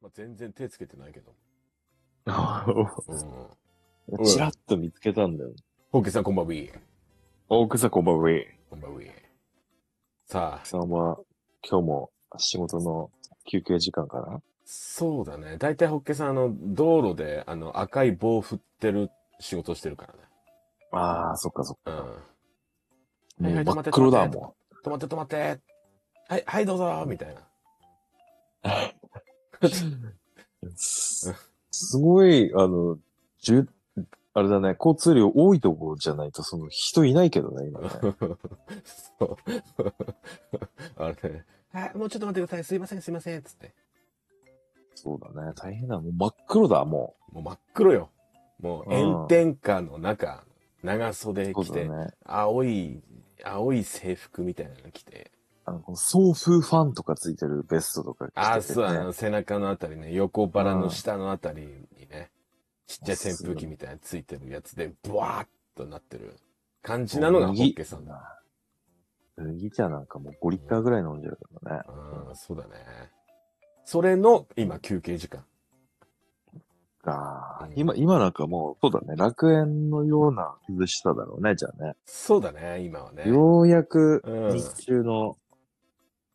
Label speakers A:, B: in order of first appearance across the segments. A: まあ、全然手つけてないけど。うん。
B: うんチラッと見つけたんだよ。
A: ホッケーさんこんばんは。
B: 大草こんばんは。
A: こんばんは。さあ、
B: さんは、今日も仕事の休憩時間かな
A: そうだね。大体ホッケーさん、あの、道路で、あの、赤い棒振ってる仕事してるからね。
B: ああ、そっかそっか。
A: うん
B: もう
A: はいはい
B: 真っ黒だ
A: 止
B: も
A: うん。止まって止まって。はい、はい、どうぞみたいな。
B: ん。すすごい、あの、じゅ、あれだね、交通量多いとこじゃないと、その人いないけどね、 今ね。
A: そう。あれね。はい、もうちょっと待ってください。すいません、すいません。つって。
B: そうだね、大変だ。もう真っ黒だ、も
A: もう真っ黒よ。もう
B: うん
A: 炎天下の中、長袖
B: う。
A: 着
B: そうだ
A: て、
B: ね。
A: 青い、青い制服みたいなの着て、
B: あの、この送風ファンとかついてるベストとか着てて、ね。
A: ああ、そう、あの、背中のあたりね、横腹の下のあたりにね、ちっちゃい扇風機みたいなのついてるやつで、ブワーッとなってる感じなのがホッケさんだ。
B: だ。麦茶なんかもう5リッターぐらい飲んじゃうからね。
A: ああ、そうだね。それの、今、休憩時間。
B: ああ
A: うん
B: 今、今なんかもう、そうだね、楽園のような涼しさだろうね、じゃあね。
A: そうだね、今はね。
B: ようやく、
A: うん
B: 日中の、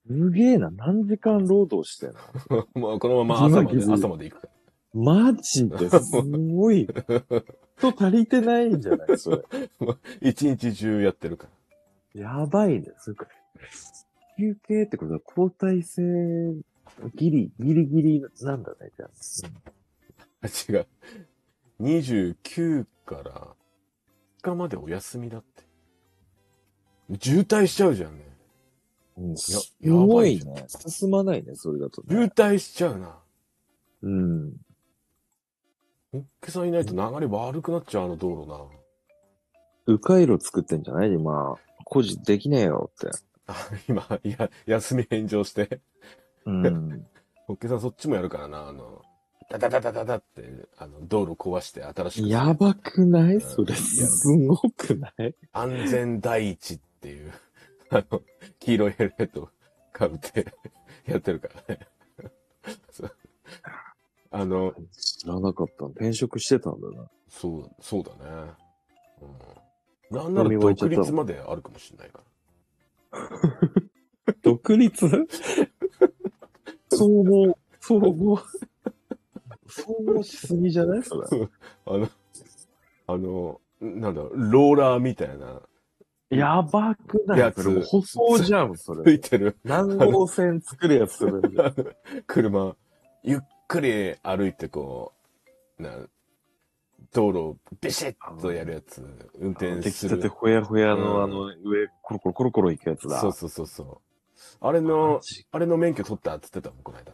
B: すげえな、何時間労働してんの
A: もうこのまま朝まで、
B: 今気づい
A: 朝まで行くか
B: マジですご い。人足りてないんじゃないそれ。
A: ら。一日中やってるから。
B: やばいね、すごい。休憩ってことは交代制、ギリ、ギリギリなんだね、じゃあ。
A: あ 違う。29から2日までお休みだって。渋滞しちゃうじゃんね。
B: うん、す
A: やや
B: ご
A: ばい
B: い
A: じゃん
B: ね。進まないね、それだと
A: 渋
B: ね。
A: 滞しちゃうな。
B: うん。
A: ホッケさんいないと流れ悪くなっちゃう、あの道路な。
B: 迂回路作ってんじゃない今、工事できねえよって。
A: あ、今、いや、休み返上して。
B: うん。
A: ホッケさんそっちもやるからな、あの、ダダダダダダって、あの、道路壊して新しく。
B: やばくな
A: うん
B: いそれ、
A: いや
B: すごくない
A: 安全第一っていう、あの、黄色いヘルメットかぶってやってるからね。そうあの、
B: 知らなかった。転職してたんだな。
A: そう、そうだね。うん。なんなら
B: 飲み終えちゃ
A: 独
B: った
A: 立まであるかもしれないか
B: 独立総合、総合。総合しすぎじゃないそれ。
A: ら。あの、あの、なんだろう、ローラーみたいな、
B: やばくない
A: やつ
B: それもう舗装じゃん、そ
A: つい
B: れ。
A: てる
B: 何号線作るやつそれ。
A: 車、ゆっくり歩いてこう、な、道路をビシッとやるやつ、運転
B: 出
A: す
B: 来た
A: る
B: て。ほやほや
A: うん
B: の、あの、上、コロコロコロコロ行くやつだ。
A: そうそうそうそう。あれ
B: マ
A: の、
B: ジ
A: あれの免許取ったっつってたもん、この間。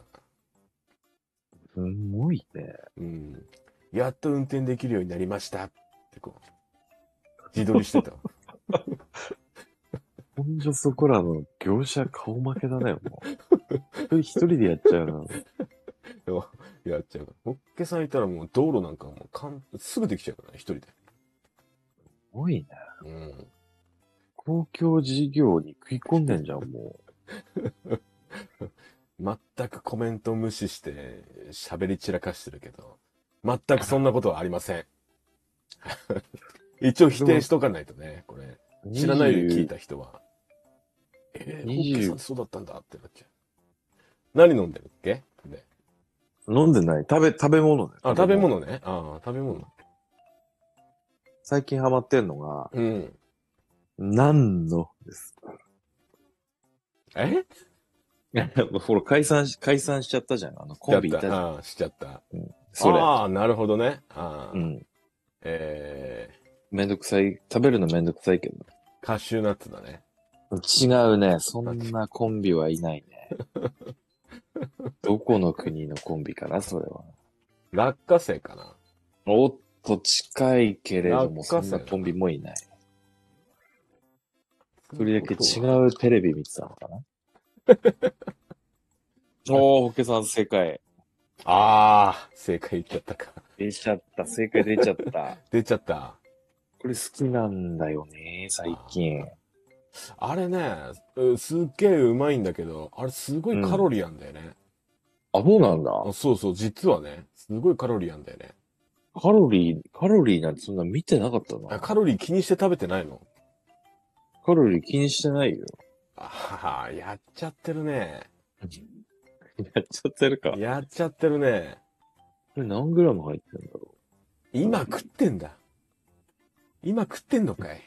B: すごいね。
A: うん。やっと運転できるようになりましたってこう、自撮り してた。
B: ほんじょそこらの業者顔負けだね、もう。一人でやっちゃうの。
A: やっちゃうから。ホッケさんいたらもう道路なんかもうかん、すぐできちゃうからね、一人で。
B: すごいね。
A: うん。
B: 公共事業に食い込んでんじゃん、も
A: 全くコメント無視して、喋り散らかしてるけど、全くそんなことはありませ ん。一応否定しとかないとね、これ。
B: う。
A: 知らないで聞い
B: た。
A: た人は。えー、ホ
B: 20
A: ッケさんってそうだったんだってなっちゃう。何飲んでるっけね
B: 飲んでない。食べ、食べ物ね。
A: あ、食べ。物ね。ああ、食べ物。
B: 最近ハマってんのが、
A: うん。
B: 何の です。
A: え
B: ほら、解散し、解散しちゃったじゃん。あの、コンビいたじゃん。
A: ああ、しちゃった。
B: それ。
A: ああ、なるほどね。ああ、
B: うん。
A: え
B: めんどくさい。食べるのめんどくさいけど。
A: ー、カシューナッツだね。
B: 違うね。そんなコンビはいないね。 どこの国のコンビかな、それは。
A: 落花生かな。
B: おっと、近いけれども、
A: 落花
B: そ
A: 生
B: んなコンビもいない。それだけ違うテレビ見てたのかな おー、ホッケさん正解。
A: ああ、正解言っちゃったか。
B: 出ちゃった、正解出ちゃった。
A: 出ちゃった。
B: これ好きなんだよね、最近。
A: あれね、うんすっげえうまいんだけど、あれすごいカロリーなんだよね。
B: あ、そうなんだ。
A: あそうそう、実はね、すごいカロリーなんだよね。
B: カロリー、カロリーなんてそんな見てなかった
A: あ
B: な。
A: カロリー気にして食べてないの
B: カロリー気にしてないよ。
A: ああ、やっちゃってるね。
B: やっちゃってるか。
A: やっちゃってるね。
B: これ何グラム入ってんだろ
A: 今食ってんだ。今食ってんのかい。
B: う。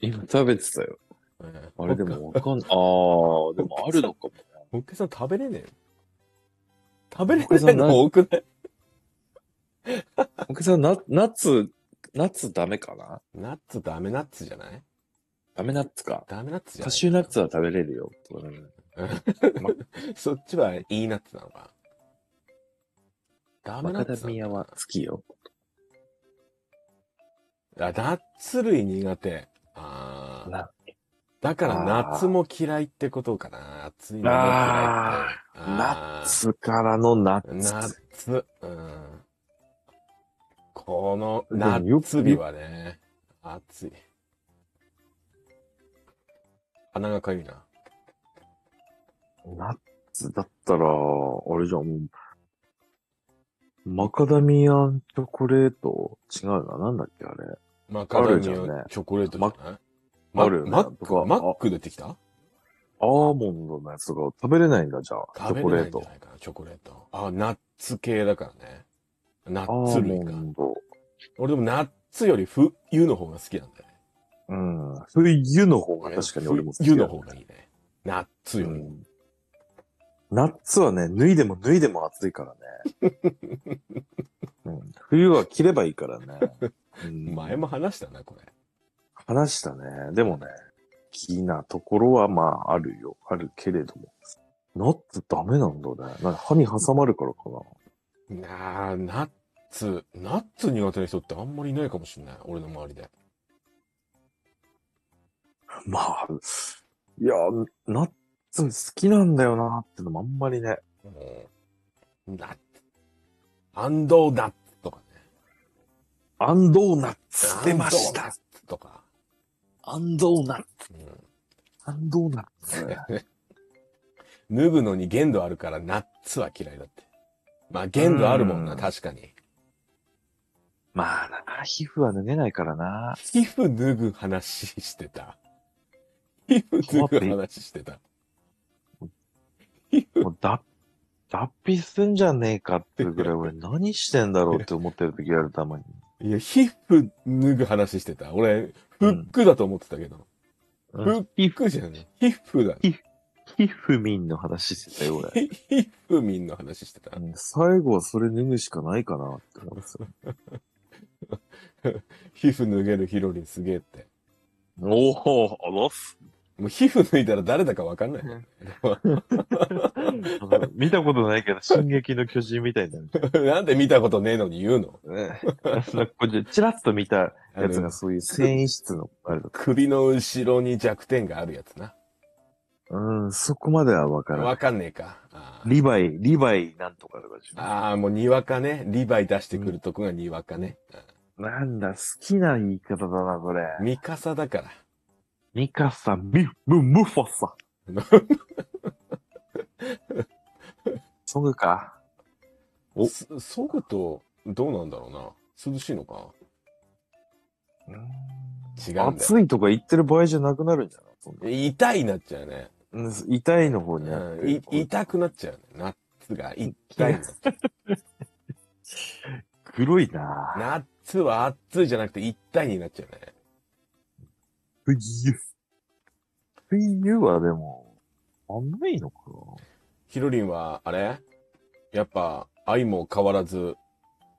B: 今食べてたよ。
A: うん
B: あれで。もわかんない。あー、でもあるのかもね。
A: おっけさん食べれねえよ。食べれないの多くない
B: お客さん、ナナッツ、ナッツダメかな
A: ナッツダメナッツじゃない
B: ダメナッツか。
A: ダメナッツじゃない
B: カシューナッツは食べれるよ。
A: そっちはいいナッツなのかダメ
B: マ
A: ナ
B: カ
A: ッ
B: ダ
A: ツ
B: ミ
A: な
B: ア
A: の
B: は好きよ。
A: あ、ナッツ類苦手。ああ。
B: な
A: だから夏も嫌いってことかな。暑いのも嫌いって。
B: ナッ
A: あー
B: ツからのナッツ。
A: 夏。うん。この
B: でもよく
A: 夏日はね、暑い。鼻がかゆいな。
B: ナッツだったら、あれじゃん、もう、マカダミアンチョコレート、違うな、なんだっけ、あれ。
A: マカダミ
B: あるじゃん
A: ア
B: ね
A: チョコレートじゃない
B: ま
A: マ
B: あるよね
A: マッ
B: と
A: ク
B: か
A: マック出てきた
B: アーモンドのやつが食べれないんだ、じゃあ、チ
A: 食
B: ョ
A: べ
B: コ
A: れ
B: レ
A: ない
B: ー
A: んじゃ
B: ト。
A: ないかな、チョコレート。あ、ナッツ系だからね。ナ
B: ア
A: ッツ
B: ー
A: 類
B: モ
A: か。
B: ンド。
A: 俺でもナッツより冬の方が好きなんだよね。
B: うん。冬の方が確かに俺も好き
A: 冬
B: だ
A: の方がいいね。ナッツよ
B: う
A: り。
B: んナッツはね、脱いでも脱いでも暑いから ね。うん、冬は着ればいい からね。うん
A: 前も話したな、これ。
B: 話したね。でもね、気なところはまああるよ。あるけれども。ナッツダメなんだね。なんか歯に挟まるからかな。
A: なあ、ナッツ、ナッツ苦手な人ってあんまりいないかもしれない。俺の周りで。
B: まあ、いや、ナッツ好きなんだよなってのもあんまりね。
A: もう、ナッツ。アンドーナッツとかね。
B: アンドーナッツ出まし
A: アンドーナッ
B: た。
A: ツとか。
B: アンドーナッツ。
A: うん
B: アンドーナッツ。
A: 脱ぐのに限度あるから、ナッツは嫌いだって。まあ、限度あるもん
B: う
A: な、
B: ん
A: 確かに。
B: まあな、皮膚は脱げないからな。
A: 皮膚脱ぐ話してた。皮膚脱ぐ話してた。皮膚
B: もう脱、脱皮すんじゃねえかっていうぐらい俺何してんだろうって思ってる時やるたまに。
A: いや、皮膚脱ぐ話してた。俺、フックだと思ってたけど。
B: うん
A: フックじゃない。皮膚だね。
B: 皮膚民の話してたよ、俺。
A: ひ皮膚民の話してた
B: う。ん最後はそれ脱ぐしかないかなって思うんですよ。
A: 皮膚脱げるヒロリンすげえって。
B: おお、あらす。
A: もう皮膚脱いだら誰だかわかんない。
B: 見たことないけど、進撃の巨人みたいにな る。
A: なんで見たことねえのに言うの
B: ね、なんかこれチラッと見たやつ
A: あの
B: がそういう繊維質の、あれだっ
A: 首の後ろに弱点があるやつな。
B: た。うん、そこまではわからない。
A: わかんねえか。あー
B: リヴァイ、リヴァイなんとかとかでしょ
A: あー、もうにわかね。リヴァイ出してくるとこがにわかね。
B: なんだ、好きな言い方だな、これ。
A: ミカサだから。
B: ミカサ、ミ、ム、ムファサ。ソグか。
A: お、そぐと、どうなんだろうな。涼しいのか違うんだよ。
B: 暑いとか言ってる場合じゃなくなるんじゃないそんな
A: 痛いなっちゃうね。
B: うん痛いの方にあっ
A: うん、
B: て
A: い。痛くなっちゃうね。ナッツが痛いの。
B: 黒いな
A: ナッツは熱いじゃなくて痛いになっちゃうね。
B: 冬。冬はでも、寒いのか
A: ヒロリンは、あれやっぱ、愛も変わらず、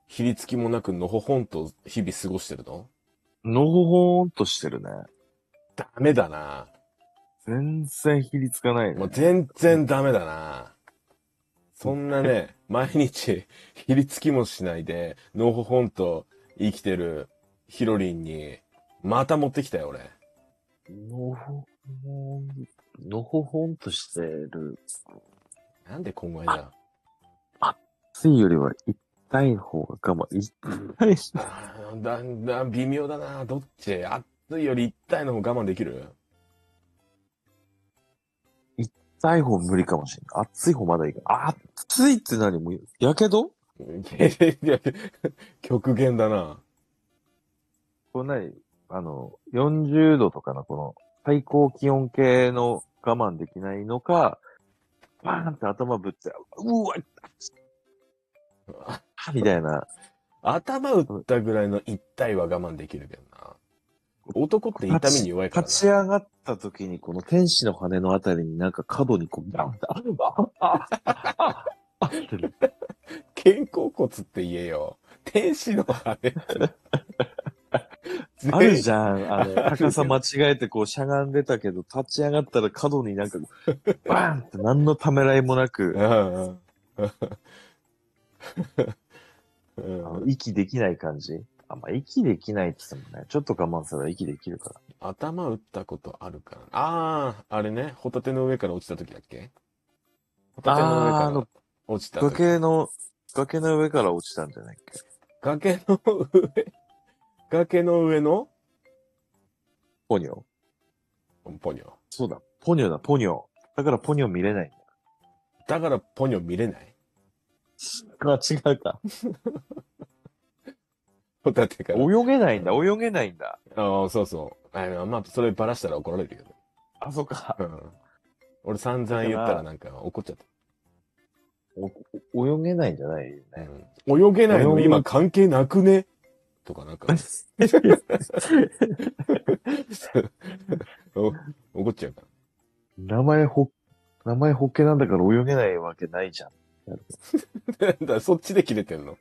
A: ひりつきもなくのほほんと日々過ごしてるの
B: なのほほーんとしてるね。
A: ダメだな。
B: 全然ひりつかないね。
A: もう全然ダメだな。そんなね、毎日、ひりつきもしないで、のほほんと生きてるヒロリンに、また持ってきたよ、俺。
B: のほほん、のほほんとしてる。
A: なんで今後だよ。
B: 暑いよりは痛い方が我慢。痛い
A: あーだんだん微妙だな。どっち暑いより痛いの方我慢できる
B: たい方無理かもしれない。熱い方まだいいか。あ、熱いって何もう、やけど
A: いやいやいや 極限だな。
B: これ何あの、40度とかのこの最高気温計の我慢できないのか、バーンって頭ぶって、うわ
A: あ
B: っみたいな。
A: 頭打ったぐらいの一体は我慢できるけどな。男って痛みに弱いからな。
B: 立ち上がった時にこの天使の羽のあたりになんか角にこう、ガンって、あ、あ、あ、あ、あ、あってる
A: 肩甲骨って言えよ。天使の羽って。
B: あるじゃん。
A: あ
B: あの、
A: るけど
B: 高さ間違えてこうしゃがんでたけど、立ち上がったら角になんか、バーンって何のためらいもなく、
A: うんうん。
B: あ
A: う
B: の
A: ん、
B: 息できない感じ。あ、まあ、息できないって言ってもね、ちょっと我慢すれば息できるから。
A: 頭打ったことあるかなああ、あれね、ホタテの上から落ちた時だっけホタテの上
B: あーあ
A: から
B: の
A: 落ちた時。
B: 崖の、崖の上から落ちたんじゃないっけ
A: 崖の上、 崖の上の
B: ポニョ。
A: ポニョ。
B: そうだ、ポニョだ、ポニョ。だからポニョ見れないんだ。
A: だからポニョ見れない
B: あ、違うか。
A: ホタテから。
B: 泳げないんだ、泳げないんだ。
A: ああ、そうそう。あのまあ、そればらしたら怒られるよね。
B: あ、そっか。
A: うん。俺散々言ったらなんか怒っちゃっ
B: お泳げないんじゃないよ
A: た。
B: ね。
A: うん泳げないの
B: 泳げ
A: 今関係なくねとか なんか、お怒っちゃうから。
B: 名前ほ、名前ホッケなんだから泳げないわけないじゃん。
A: だから そっちで切れてんの。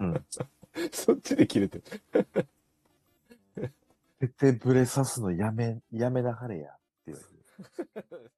B: うん
A: そっちで切れてる。
B: 絶対ブレさすのやめ、やめなはれや。って言われる。